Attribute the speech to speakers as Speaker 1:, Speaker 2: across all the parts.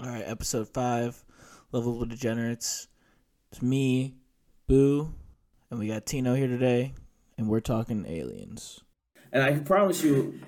Speaker 1: episode five, Lovable Degenerates. It's me, Boo, and we got Tino here today, and we're talking aliens.
Speaker 2: And I can promise you,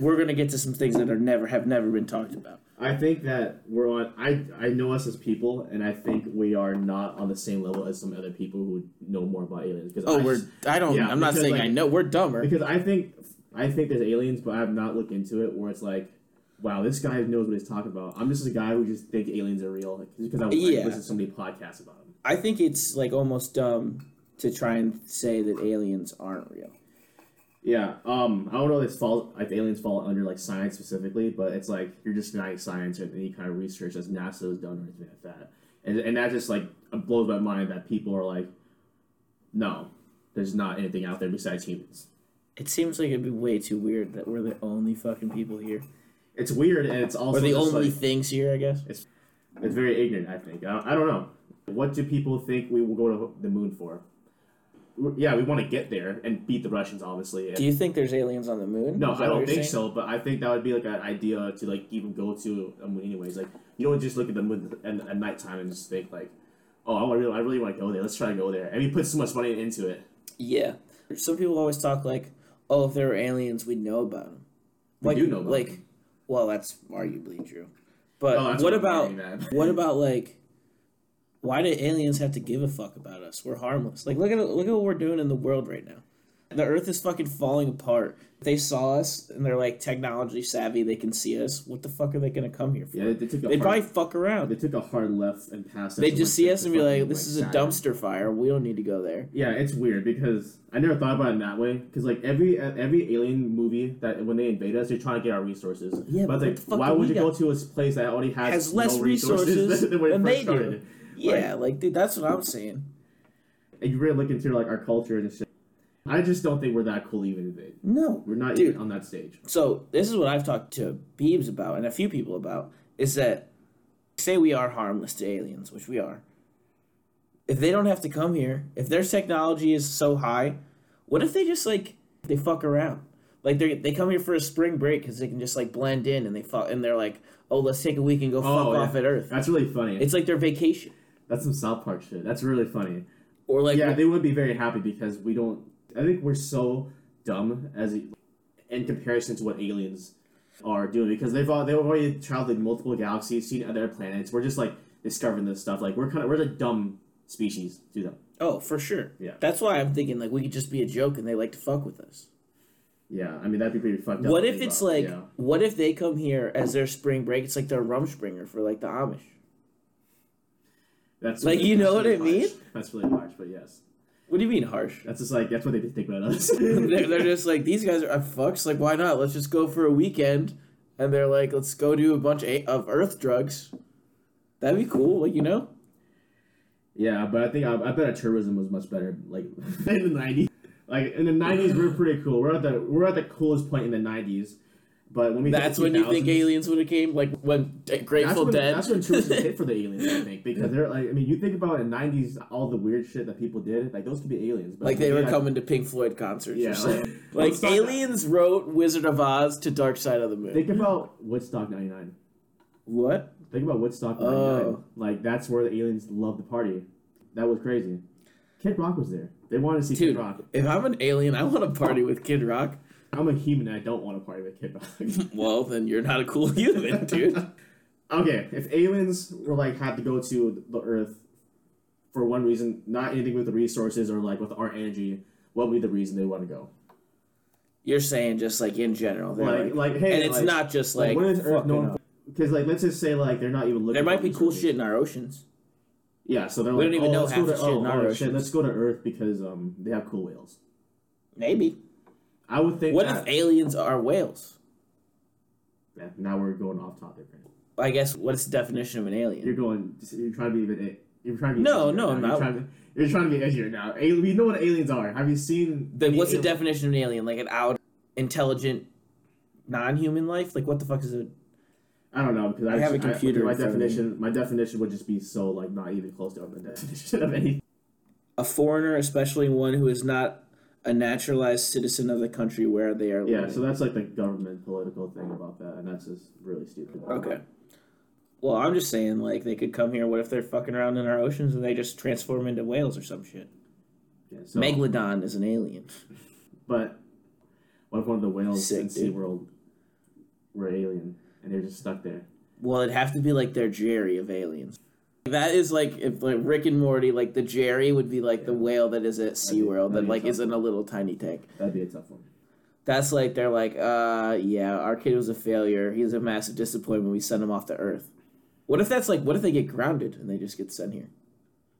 Speaker 2: we're gonna get to some things that are never have never been talked about.
Speaker 3: I think that we're on. I I know us as people, and I think we are not on the same level as some other people who know more about aliens. Because
Speaker 2: Oh,
Speaker 3: I
Speaker 2: we're I don't.
Speaker 3: yeah,
Speaker 2: I'm not
Speaker 3: because,
Speaker 2: saying
Speaker 3: like-
Speaker 2: I know. We're dumber.
Speaker 3: because I think I think there's aliens, but I've not looked into it. Where it's like, wow, this guy knows what he's talking about. I'm just a guy who just think aliens are real like, just because I,
Speaker 2: Yeah.
Speaker 3: I listen to so many podcasts about them.
Speaker 2: I think it's like almost dumb to try and say that aliens aren't real.
Speaker 3: Yeah, um, I don't know if this falls if aliens fall under like science specifically, but it's like you're just denying science or any kind of research that NASA has done or anything like that, and and that just like blows my mind that people are like, no, there's not anything out there besides humans.
Speaker 2: It seems like it'd be way too weird that we're the only fucking people here,
Speaker 3: It's weird and it's also
Speaker 2: or the
Speaker 3: just,
Speaker 2: only
Speaker 3: like,
Speaker 2: things here. I guess.
Speaker 3: it's very ignorant. I think I, I don't know. What do people think we will go to the moon for? W- Yeah, we want to get there and beat the Russians, obviously. and-
Speaker 2: Do you think there's aliens on the moon?
Speaker 3: No,
Speaker 2: Is that
Speaker 3: I
Speaker 2: what
Speaker 3: don't
Speaker 2: you're
Speaker 3: think
Speaker 2: saying?
Speaker 3: so. But I think that would be like an idea to like even go to a moon anyways. Like you don't just look at the moon at, at nighttime and just think like, oh, I really, I really want to go there. Let's try to go there. And we put so much money into it.
Speaker 2: Yeah. Some people always talk like, "Oh, if there were aliens, we'd know about them."
Speaker 3: We
Speaker 2: like,
Speaker 3: do know about
Speaker 2: like,
Speaker 3: 'em.
Speaker 2: well, that's arguably true. But
Speaker 3: Oh, that's
Speaker 2: what
Speaker 3: what I'm
Speaker 2: about
Speaker 3: getting at.
Speaker 2: what about like, why do aliens have to give a fuck about us? We're harmless. Like, look at look at what we're doing in the world right now. The Earth is fucking falling apart. They saw us and they're like technology savvy. They can see us. What the fuck are they gonna come here for?
Speaker 3: Yeah, they, they took a
Speaker 2: They'd
Speaker 3: hard,
Speaker 2: probably fuck
Speaker 3: they
Speaker 2: around.
Speaker 3: took a hard left and passed.
Speaker 2: They'd just see us and be like, "This is a
Speaker 3: dumb."
Speaker 2: dumpster fire. We don't need to go there."
Speaker 3: Yeah, it's weird because I never thought about it in that way. Because like every every alien movie that when they invade us, they're trying to get our resources.
Speaker 2: Yeah,
Speaker 3: but,
Speaker 2: but
Speaker 3: it's
Speaker 2: what the fuck
Speaker 3: like, why
Speaker 2: do
Speaker 3: would
Speaker 2: we
Speaker 3: you go
Speaker 2: got?
Speaker 3: to a place that already has,
Speaker 2: Has
Speaker 3: no
Speaker 2: less resources
Speaker 3: than when it
Speaker 2: than
Speaker 3: first
Speaker 2: they do.
Speaker 3: started?
Speaker 2: Yeah, like dude, that's what I'm saying.
Speaker 3: and you really look into like our culture and shit. I just don't think we're that cool even if it-
Speaker 2: No.
Speaker 3: We're not
Speaker 2: Dude.
Speaker 3: even on that stage.
Speaker 2: So this is what I've talked to Beebs about and a few people about is that say we are harmless to aliens, which we are. If they don't have to come here, if their technology is so high, what if they just like they fuck around? Like they they come here for a spring break because they can just like blend in and they fuck and they're like, oh, let's take a week and go fuck
Speaker 3: yeah.
Speaker 2: off at Earth.
Speaker 3: That's really funny.
Speaker 2: It's like their vacation,
Speaker 3: That's some South Park shit. That's really funny.
Speaker 2: or like
Speaker 3: Yeah, they would be very happy because we don't. I think we're so dumb as in comparison to what aliens are doing because they've all, they've already traveled multiple galaxies, seen other planets. We're just like discovering this stuff. Like we're kind of we're the dumb species to them.
Speaker 2: oh, for sure.
Speaker 3: Yeah.
Speaker 2: that's why I'm thinking like we could just be a joke and they like to fuck with us.
Speaker 3: Yeah, I mean that'd be pretty fucked up.
Speaker 2: What
Speaker 3: to
Speaker 2: if
Speaker 3: think
Speaker 2: it's
Speaker 3: about,
Speaker 2: like,
Speaker 3: yeah.
Speaker 2: what if they come here as their spring break? It's like their Rumspringer for like the Amish.
Speaker 3: that's
Speaker 2: like,
Speaker 3: really-
Speaker 2: you know
Speaker 3: that's
Speaker 2: what I
Speaker 3: really harsh.
Speaker 2: mean?
Speaker 3: That's really harsh, but yes,
Speaker 2: What do you mean harsh?
Speaker 3: that's just like that's what they think about us.
Speaker 2: they're, they're just like these guys are uh, fucks. Like why not? Let's just go for a weekend. And they're like, let's go do a bunch of, of Earth drugs. That'd be cool. Like you know,
Speaker 3: Yeah, but I think I, I bet our tourism was much better, like in the nineties. Like in the nineties, we're pretty cool. We're at the we're at the coolest point in the nineties. But when we hit
Speaker 2: that's
Speaker 3: the
Speaker 2: when you think
Speaker 3: 2000s
Speaker 2: aliens would have came. Like when D-
Speaker 3: That's
Speaker 2: Grateful
Speaker 3: when,
Speaker 2: Dead.
Speaker 3: that's when tourism hit for the aliens, I think, because they're like, I mean, you think about in nineties all the weird shit that people did, like those could be aliens. But
Speaker 2: like they
Speaker 3: I
Speaker 2: were
Speaker 3: mean, I-
Speaker 2: coming to Pink Floyd concerts.
Speaker 3: Yeah,
Speaker 2: or
Speaker 3: like-
Speaker 2: something.
Speaker 3: Well,
Speaker 2: Like,
Speaker 3: it's not that-
Speaker 2: aliens wrote Wizard of Oz to Dark Side of the Moon.
Speaker 3: Think about Woodstock '99.
Speaker 2: what?
Speaker 3: Think about Woodstock '99.
Speaker 2: Oh.
Speaker 3: Like that's where the aliens loved the party. That was crazy. Kid Rock was there. They wanted to see
Speaker 2: Dude,
Speaker 3: Kid Rock.
Speaker 2: if I'm an alien, I want to party with Kid Rock.
Speaker 3: I'm a human. I don't want to party with Kid Rock.
Speaker 2: Well, then you're not a cool human, dude.
Speaker 3: Okay, if aliens were like had to go to the Earth for one reason, not anything with the resources or like with our energy, what would be the reason they want to go?
Speaker 2: You're saying just like in general, they're
Speaker 3: Like,
Speaker 2: like-
Speaker 3: like, hey,
Speaker 2: and it's
Speaker 3: like-
Speaker 2: not just like,
Speaker 3: what is Earth
Speaker 2: fucking
Speaker 3: known?
Speaker 2: up.
Speaker 3: Because like, let's just say like they're not even looking.
Speaker 2: There might
Speaker 3: for
Speaker 2: be cool
Speaker 3: resources.
Speaker 2: shit in our oceans.
Speaker 3: Yeah, so they're
Speaker 2: We
Speaker 3: like,
Speaker 2: don't even
Speaker 3: oh,
Speaker 2: know
Speaker 3: let's
Speaker 2: half
Speaker 3: go
Speaker 2: the
Speaker 3: to,
Speaker 2: shit in
Speaker 3: oh,
Speaker 2: our
Speaker 3: oh,
Speaker 2: oceans.
Speaker 3: shit, let's go to Earth because um they have cool whales.
Speaker 2: Maybe.
Speaker 3: I would think.
Speaker 2: What
Speaker 3: that-
Speaker 2: if aliens are whales?
Speaker 3: Yeah, now we're going off topic. Right?
Speaker 2: I guess what's the definition of an
Speaker 3: You're
Speaker 2: alien?
Speaker 3: going. You're trying to be even. You're trying to be
Speaker 2: No,
Speaker 3: edgier
Speaker 2: no,
Speaker 3: now.
Speaker 2: I'm
Speaker 3: You're
Speaker 2: not.
Speaker 3: trying to, you're trying to be edgier now. A- We know what aliens are. Have you seen?
Speaker 2: Then
Speaker 3: any
Speaker 2: what's the
Speaker 3: alien-
Speaker 2: definition of an alien? Like an out, intelligent, non-human life? Like what the fuck is it?
Speaker 3: I don't know because I,
Speaker 2: I have a
Speaker 3: just-
Speaker 2: computer
Speaker 3: my
Speaker 2: in front of
Speaker 3: definition, my definition would just be so like not even close to a definition of any.
Speaker 2: A foreigner, especially one who is not a naturalized citizen of the country where they are
Speaker 3: Yeah,
Speaker 2: living.
Speaker 3: so that's like the government political thing about that, and that's just really stupid.
Speaker 2: Okay. Well, I'm just saying, like, they could come here. What if they're fucking around in our oceans and they just transform into whales or some shit?
Speaker 3: Yeah, so,
Speaker 2: Megalodon is an alien.
Speaker 3: But what if one of the whales
Speaker 2: Sick,
Speaker 3: in
Speaker 2: dude.
Speaker 3: SeaWorld were alien and they're just stuck there?
Speaker 2: Well, it'd have to be like their Jerry of aliens. That is like if like Rick and Morty, like the Jerry would be like the whale that is at
Speaker 3: be-
Speaker 2: SeaWorld that
Speaker 3: that'd be
Speaker 2: like
Speaker 3: tough.
Speaker 2: isn't a little tiny tank.
Speaker 3: That'd be a tough one.
Speaker 2: That's like they're like, uh, yeah, our kid was a failure. He's a massive disappointment. We sent him off to Earth. What if that's like? What if they get grounded and they just get sent here?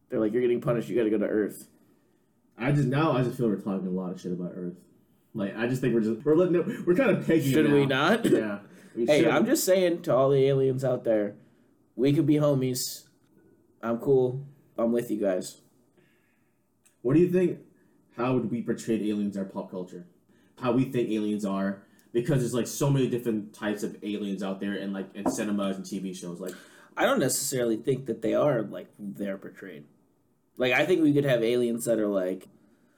Speaker 2: They're like, you're getting punished. You got to go to Earth.
Speaker 3: I just now I just feel we're talking a lot of shit about Earth. Like I just think we're just we're letting it, we're kind of pegging. it
Speaker 2: Should we
Speaker 3: now.
Speaker 2: not?
Speaker 3: Yeah. We
Speaker 2: Hey,
Speaker 3: should.
Speaker 2: I'm just saying to all the aliens out there, we could be homies. I'm cool. I'm with you guys.
Speaker 3: What do you think? How would we portray aliens in our pop culture? How we think aliens are? Because there's like so many different types of aliens out there, and like in cinemas and TV shows. Like,
Speaker 2: I don't necessarily think that they are like they're portrayed. Like I think we could have aliens that are like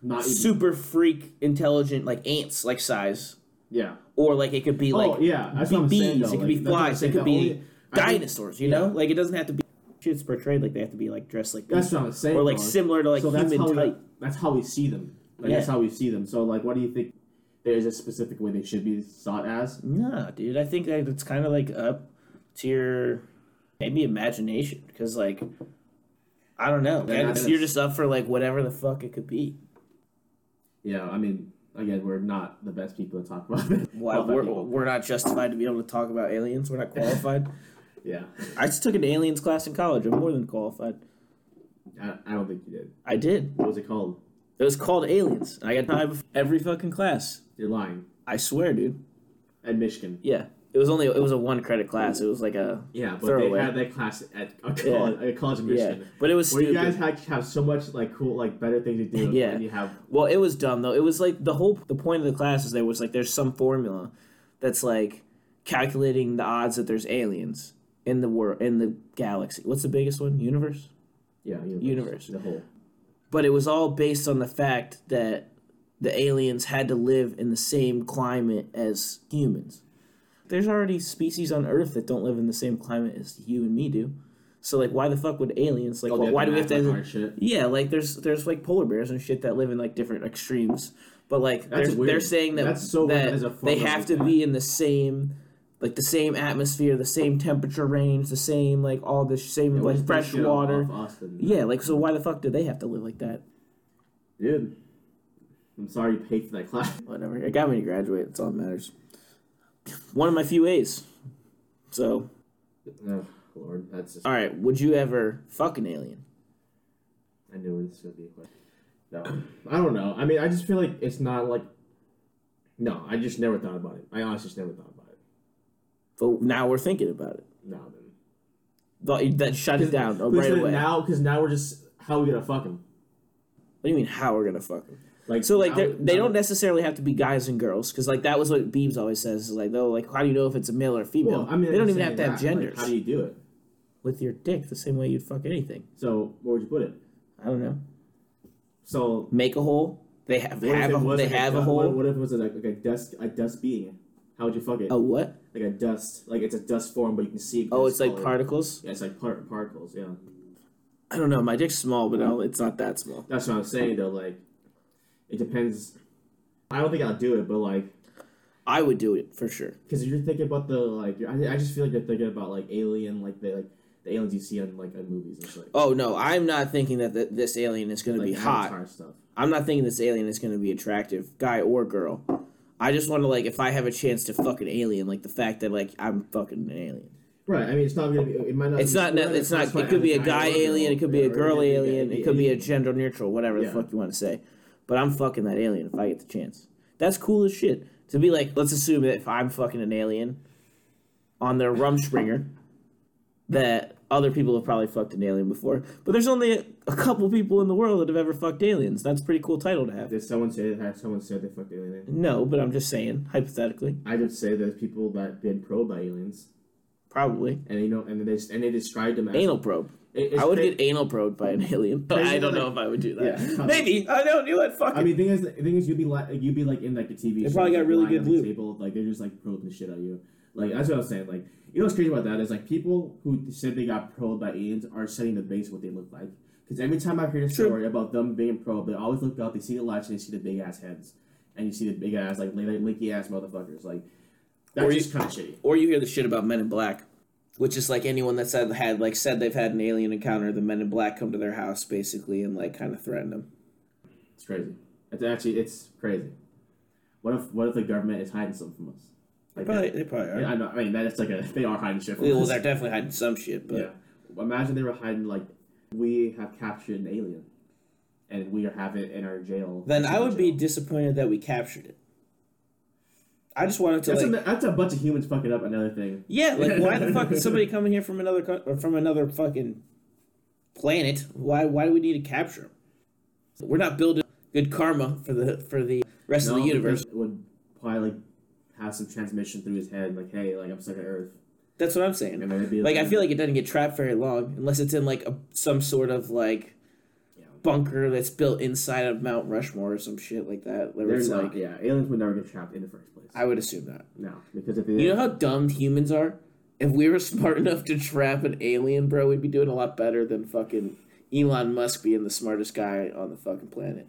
Speaker 3: not even,
Speaker 2: super freak intelligent, like ants, like size,
Speaker 3: yeah.
Speaker 2: or like it could be like
Speaker 3: oh yeah, that's
Speaker 2: be
Speaker 3: what I'm
Speaker 2: bees,
Speaker 3: saying. Though.
Speaker 2: it could
Speaker 3: Like,
Speaker 2: be
Speaker 3: that's what I'm
Speaker 2: flies, it
Speaker 3: saying.
Speaker 2: could
Speaker 3: The
Speaker 2: be
Speaker 3: only- I think-
Speaker 2: dinosaurs. You know, like it doesn't have to be. Shit's portrayed like they have to be like dressed like
Speaker 3: That's
Speaker 2: people,
Speaker 3: what I'm saying.
Speaker 2: or like
Speaker 3: though.
Speaker 2: similar to like
Speaker 3: so that's
Speaker 2: human
Speaker 3: how
Speaker 2: type.
Speaker 3: We, that's how we see them. Like, That's
Speaker 2: Yeah.
Speaker 3: how we see them. So like, what do you think? There is a specific way they should be thought as.
Speaker 2: No, dude. I think that it's kind of like up to your maybe imagination because, like, I don't know.
Speaker 3: They're not
Speaker 2: It's-
Speaker 3: gonna-
Speaker 2: you're just up for like whatever the fuck it could be.
Speaker 3: Yeah, I mean, again, we're not the best people to talk about it.
Speaker 2: Why
Speaker 3: Talk about
Speaker 2: we're,
Speaker 3: people.
Speaker 2: we're not justified to be able to talk about aliens. We're not qualified.
Speaker 3: yeah,
Speaker 2: I just took an aliens class in college. I'm more than qualified.
Speaker 3: I, I don't think you did.
Speaker 2: I did.
Speaker 3: What was it called?
Speaker 2: It was called aliens. And I got time every fucking class.
Speaker 3: You're lying.
Speaker 2: I swear, dude.
Speaker 3: At Michigan.
Speaker 2: Yeah. It was only it was a one credit class. It was like a
Speaker 3: Yeah, but
Speaker 2: Throwaway.
Speaker 3: they had that class at a college, a college in
Speaker 2: yeah,
Speaker 3: Michigan.
Speaker 2: but it was
Speaker 3: Where you
Speaker 2: stupid.
Speaker 3: guys had, have so much like cool, like better things to do.
Speaker 2: Yeah.
Speaker 3: And you have
Speaker 2: Well, it was dumb though. It was like the whole the point of the class is there was like there's some formula that's like calculating the odds that there's aliens in the world in the galaxy. What's the biggest one? Universe.
Speaker 3: yeah universe,
Speaker 2: Universe.
Speaker 3: the whole.
Speaker 2: But it was all based on the fact that the aliens had to live in the same climate as humans. There's already species on Earth that don't live in the same climate as you and me do. So like, why the fuck would aliens like?
Speaker 3: Oh,
Speaker 2: why do we have to?
Speaker 3: Like hard shit?
Speaker 2: Yeah, like there's there's like polar bears and shit that live in like different extremes. But like
Speaker 3: That's
Speaker 2: they're,
Speaker 3: weird.
Speaker 2: they're saying that
Speaker 3: That's so weird.
Speaker 2: that
Speaker 3: That is a form
Speaker 2: they
Speaker 3: of
Speaker 2: have to
Speaker 3: attack.
Speaker 2: be in the same like the same atmosphere, the same temperature range, the same like all the same
Speaker 3: We'll
Speaker 2: like
Speaker 3: just take
Speaker 2: fresh
Speaker 3: shit off-
Speaker 2: water.
Speaker 3: off Austin.
Speaker 2: Yeah, like so why the fuck do they have to live like that?
Speaker 3: dude. I'm sorry you paid for that class.
Speaker 2: Whatever. It got me to graduate, that's all that matters. One of my few A's. So
Speaker 3: oh, Lord, that's just.
Speaker 2: alright, would you ever fuck an alien?
Speaker 3: I knew this was gonna be a question. No, I don't know. I mean, I just feel like it's not like. No, I just never thought about it. I honestly just never thought about it.
Speaker 2: But now we're thinking about it.
Speaker 3: No, man.
Speaker 2: Th- That shut it down oh,
Speaker 3: But
Speaker 2: right
Speaker 3: so
Speaker 2: away.
Speaker 3: Now, because now we're just how are we gonna fuck him?
Speaker 2: what do you mean how we're gonna fuck them?
Speaker 3: Like
Speaker 2: So like
Speaker 3: now-
Speaker 2: they're- they
Speaker 3: now-
Speaker 2: don't necessarily have to be guys and girls because like that was what Beebs always says is like though like how do you know if it's a male or female?
Speaker 3: Well, I mean,
Speaker 2: they don't
Speaker 3: I'm
Speaker 2: even
Speaker 3: saying
Speaker 2: have to have
Speaker 3: that, like,
Speaker 2: genders
Speaker 3: how do you do it?
Speaker 2: with your dick the same way you'd fuck anything.
Speaker 3: So where would you put it?
Speaker 2: I don't know.
Speaker 3: So
Speaker 2: Make a hole. They have
Speaker 3: what if
Speaker 2: have
Speaker 3: it
Speaker 2: a,
Speaker 3: was
Speaker 2: they
Speaker 3: like
Speaker 2: have a
Speaker 3: du-
Speaker 2: hole.
Speaker 3: What, what if it was like, like a dust a dust being? How would you fuck it?
Speaker 2: a what?
Speaker 3: Like a dust, like it's a dust form, but you can see. it
Speaker 2: Oh,
Speaker 3: because
Speaker 2: it's like
Speaker 3: colored.
Speaker 2: particles.
Speaker 3: Yeah, it's like par- particles. Yeah,
Speaker 2: I don't know. My dick's small, but no, it's not that small.
Speaker 3: that's what I'm saying though. Like, it depends. I don't think I'll do it, but like,
Speaker 2: I would do it for sure.
Speaker 3: because you're thinking about the like, you're, I, I just feel like you're thinking about like alien, like the like the aliens you see on like in movies and shit. Like,
Speaker 2: Oh no, I'm not thinking that th- this alien is going to
Speaker 3: like
Speaker 2: be hot.
Speaker 3: Avatar stuff.
Speaker 2: I'm not thinking this alien is going to be attractive, guy or girl. I just want to like if I have a chance to fuck an alien, like the fact that like I'm fucking an alien.
Speaker 3: Right. I mean, it's not gonna be. It might not.
Speaker 2: It's
Speaker 3: be-
Speaker 2: not.
Speaker 3: we're gonna
Speaker 2: It's not.
Speaker 3: classify
Speaker 2: It could be a
Speaker 3: as
Speaker 2: guy
Speaker 3: or girl,
Speaker 2: alien. It could be
Speaker 3: yeah,
Speaker 2: a
Speaker 3: or
Speaker 2: girl
Speaker 3: anything,
Speaker 2: alien.
Speaker 3: any-
Speaker 2: It could be a
Speaker 3: anything.
Speaker 2: gender neutral. Whatever the
Speaker 3: Yeah.
Speaker 2: fuck you want to say. But I'm fucking that alien if I get the chance. That's cool as shit. To be like, let's assume that if I'm fucking an alien on their Rumspringer, that other people have probably fucked an alien before. But there's only a, a couple people in the world that have ever fucked aliens. That's a pretty cool title to have.
Speaker 3: Did someone say that? Someone said they fucked alien.
Speaker 2: No, but I'm just saying hypothetically,
Speaker 3: I would say there's people that been probed by aliens,
Speaker 2: probably
Speaker 3: and you know, and they and they described them as
Speaker 2: anal probe.
Speaker 3: It- it's
Speaker 2: I would
Speaker 3: cra-
Speaker 2: get anal probed by an alien, but
Speaker 3: Crazy
Speaker 2: I don't
Speaker 3: how,
Speaker 2: know
Speaker 3: like-
Speaker 2: if I would do that.
Speaker 3: Yeah.
Speaker 2: Maybe I don't do it. Fuck
Speaker 3: I mean, thing is, the thing is, you'd be like, you'd be like in like a TV.
Speaker 2: They
Speaker 3: show,
Speaker 2: probably got
Speaker 3: like,
Speaker 2: really
Speaker 3: lying
Speaker 2: good
Speaker 3: on the
Speaker 2: lube.
Speaker 3: Table, like they're just like probing the shit out of you. Like that's what I was saying. Like you know what's crazy about that is like people who said they got probed by aliens are setting the base of what they look like. Because every time I've heard a
Speaker 2: True.
Speaker 3: story about them being probed, they always look up, they see the lights, and they see the big ass heads, and you see the big ass like leaky ass motherfuckers. Like that's
Speaker 2: Or you-
Speaker 3: just kind of shitty.
Speaker 2: Or you hear the shit about Men in Black, which is like anyone that said had like said they've had an alien encounter, the Men in Black come to their house basically and like kind of threaten them.
Speaker 3: It's crazy. It's actually it's crazy. What if what if the government is hiding something from us?
Speaker 2: They
Speaker 3: Like
Speaker 2: probably, they probably are.
Speaker 3: Yeah, I know. I mean, that's like a they are hiding shit from
Speaker 2: Well,
Speaker 3: us.
Speaker 2: they're definitely hiding some shit, but
Speaker 3: yeah. Imagine they were hiding like we have captured an alien, and we have it in our jail.
Speaker 2: then I would be
Speaker 3: Jail.
Speaker 2: disappointed that we captured it. I just wanted to
Speaker 3: That's,
Speaker 2: like,
Speaker 3: a, that's a bunch of humans fucking up another thing.
Speaker 2: yeah, like why the fuck is somebody coming here from another co- or from another fucking planet? Why why do we need to capture 'em? We're not building good karma for the for the rest of
Speaker 3: No,
Speaker 2: the universe.
Speaker 3: because It would probably like have some transmission through his head, like hey, like I'm stuck on Earth.
Speaker 2: That's what I'm saying.
Speaker 3: And then it'd be
Speaker 2: Like I feel like it doesn't get trapped very long unless it's in like a, some sort of like
Speaker 3: Yeah.
Speaker 2: bunker that's built inside of Mount Rushmore or some shit like that. Where
Speaker 3: they're
Speaker 2: it's
Speaker 3: not.
Speaker 2: like
Speaker 3: yeah, aliens would never get trapped in the first place.
Speaker 2: I would assume that.
Speaker 3: no, because if they
Speaker 2: You know how dumb humans are? If we were smart enough to trap an alien, bro, we'd be doing a lot better than fucking Elon Musk being the smartest guy on the fucking planet.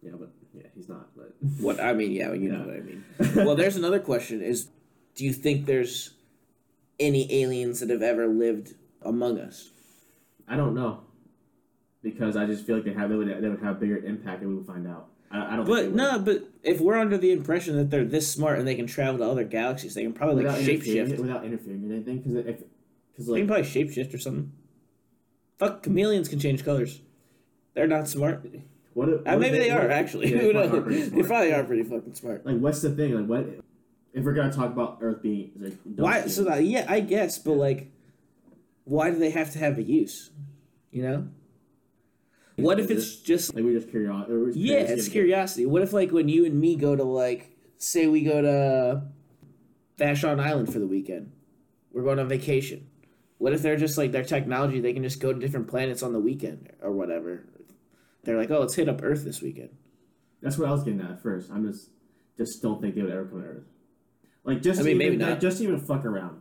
Speaker 3: yeah, but yeah, he's not. But
Speaker 2: What I mean, yeah, you know
Speaker 3: Yeah.
Speaker 2: what I mean. Well, there's another question is do you think there's any aliens that have ever lived among us?
Speaker 3: I don't know because I just feel like they have they would, they would have bigger impact and we would find out. I, I
Speaker 2: But
Speaker 3: don't. think they would.
Speaker 2: no, but if we're under the impression that they're this smart and they can travel to other galaxies, they can probably like
Speaker 3: without interfering,
Speaker 2: shapeshift.
Speaker 3: without interfering in anything because if because
Speaker 2: They
Speaker 3: like
Speaker 2: can probably shapeshift or something. Fuck, chameleons can change colors. They're not smart.
Speaker 3: what, if-
Speaker 2: Uh,
Speaker 3: what
Speaker 2: maybe
Speaker 3: if
Speaker 2: they are
Speaker 3: what-
Speaker 2: actually. Who
Speaker 3: yeah, they probably are
Speaker 2: knows?
Speaker 3: pretty
Speaker 2: They
Speaker 3: smart.
Speaker 2: probably are pretty fucking smart.
Speaker 3: like what's the thing like what if we're gonna talk about Earth being like dumb
Speaker 2: Why?
Speaker 3: shit,
Speaker 2: So that yeah, I guess, but like, why do they have to have a use? You know. What if it's just
Speaker 3: like we just carry on or we're just
Speaker 2: yeah,
Speaker 3: curious,
Speaker 2: it's curiosity. What if like when you and me go to like say we go to Vashon Island for the weekend, we're going on vacation. What if they're just like their technology? They can just go to different planets on the weekend or whatever. They're like, oh, let's hit up Earth this weekend.
Speaker 3: That's what I was getting at at first. I'm just just don't think they would ever come to Earth. Like just
Speaker 2: I mean,
Speaker 3: even,
Speaker 2: maybe
Speaker 3: like,
Speaker 2: not.
Speaker 3: just even fuck around.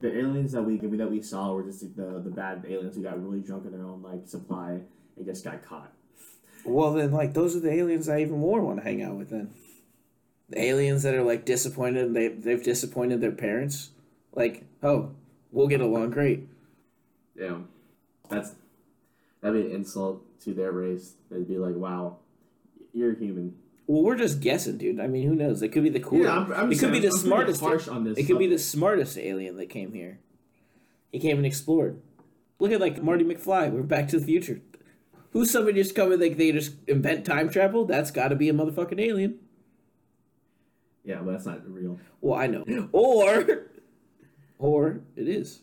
Speaker 3: The aliens that we that we saw were just the the bad aliens who got really drunk on their own like supply and just got caught.
Speaker 2: Well, then, like, those are the aliens I even more want to hang out with, then. The aliens that are, like, disappointed, and they, they've disappointed their parents. Like, oh, we'll get along great.
Speaker 3: Yeah, that's that'd be an insult to their race. They'd be like, "Wow, you're human."
Speaker 2: Well, we're just guessing, dude. I mean, who knows? It could be the coolest. it could be the smartest.
Speaker 3: Harsh on this.
Speaker 2: It could be the smartest alien that came here. He came and explored. Look at, like, Marty McFly. We're back to the future. Who's somebody just coming, like, they just invent time travel? That's got to be a motherfucking alien.
Speaker 3: yeah, but that's not real.
Speaker 2: Well, I know. Or, or it is.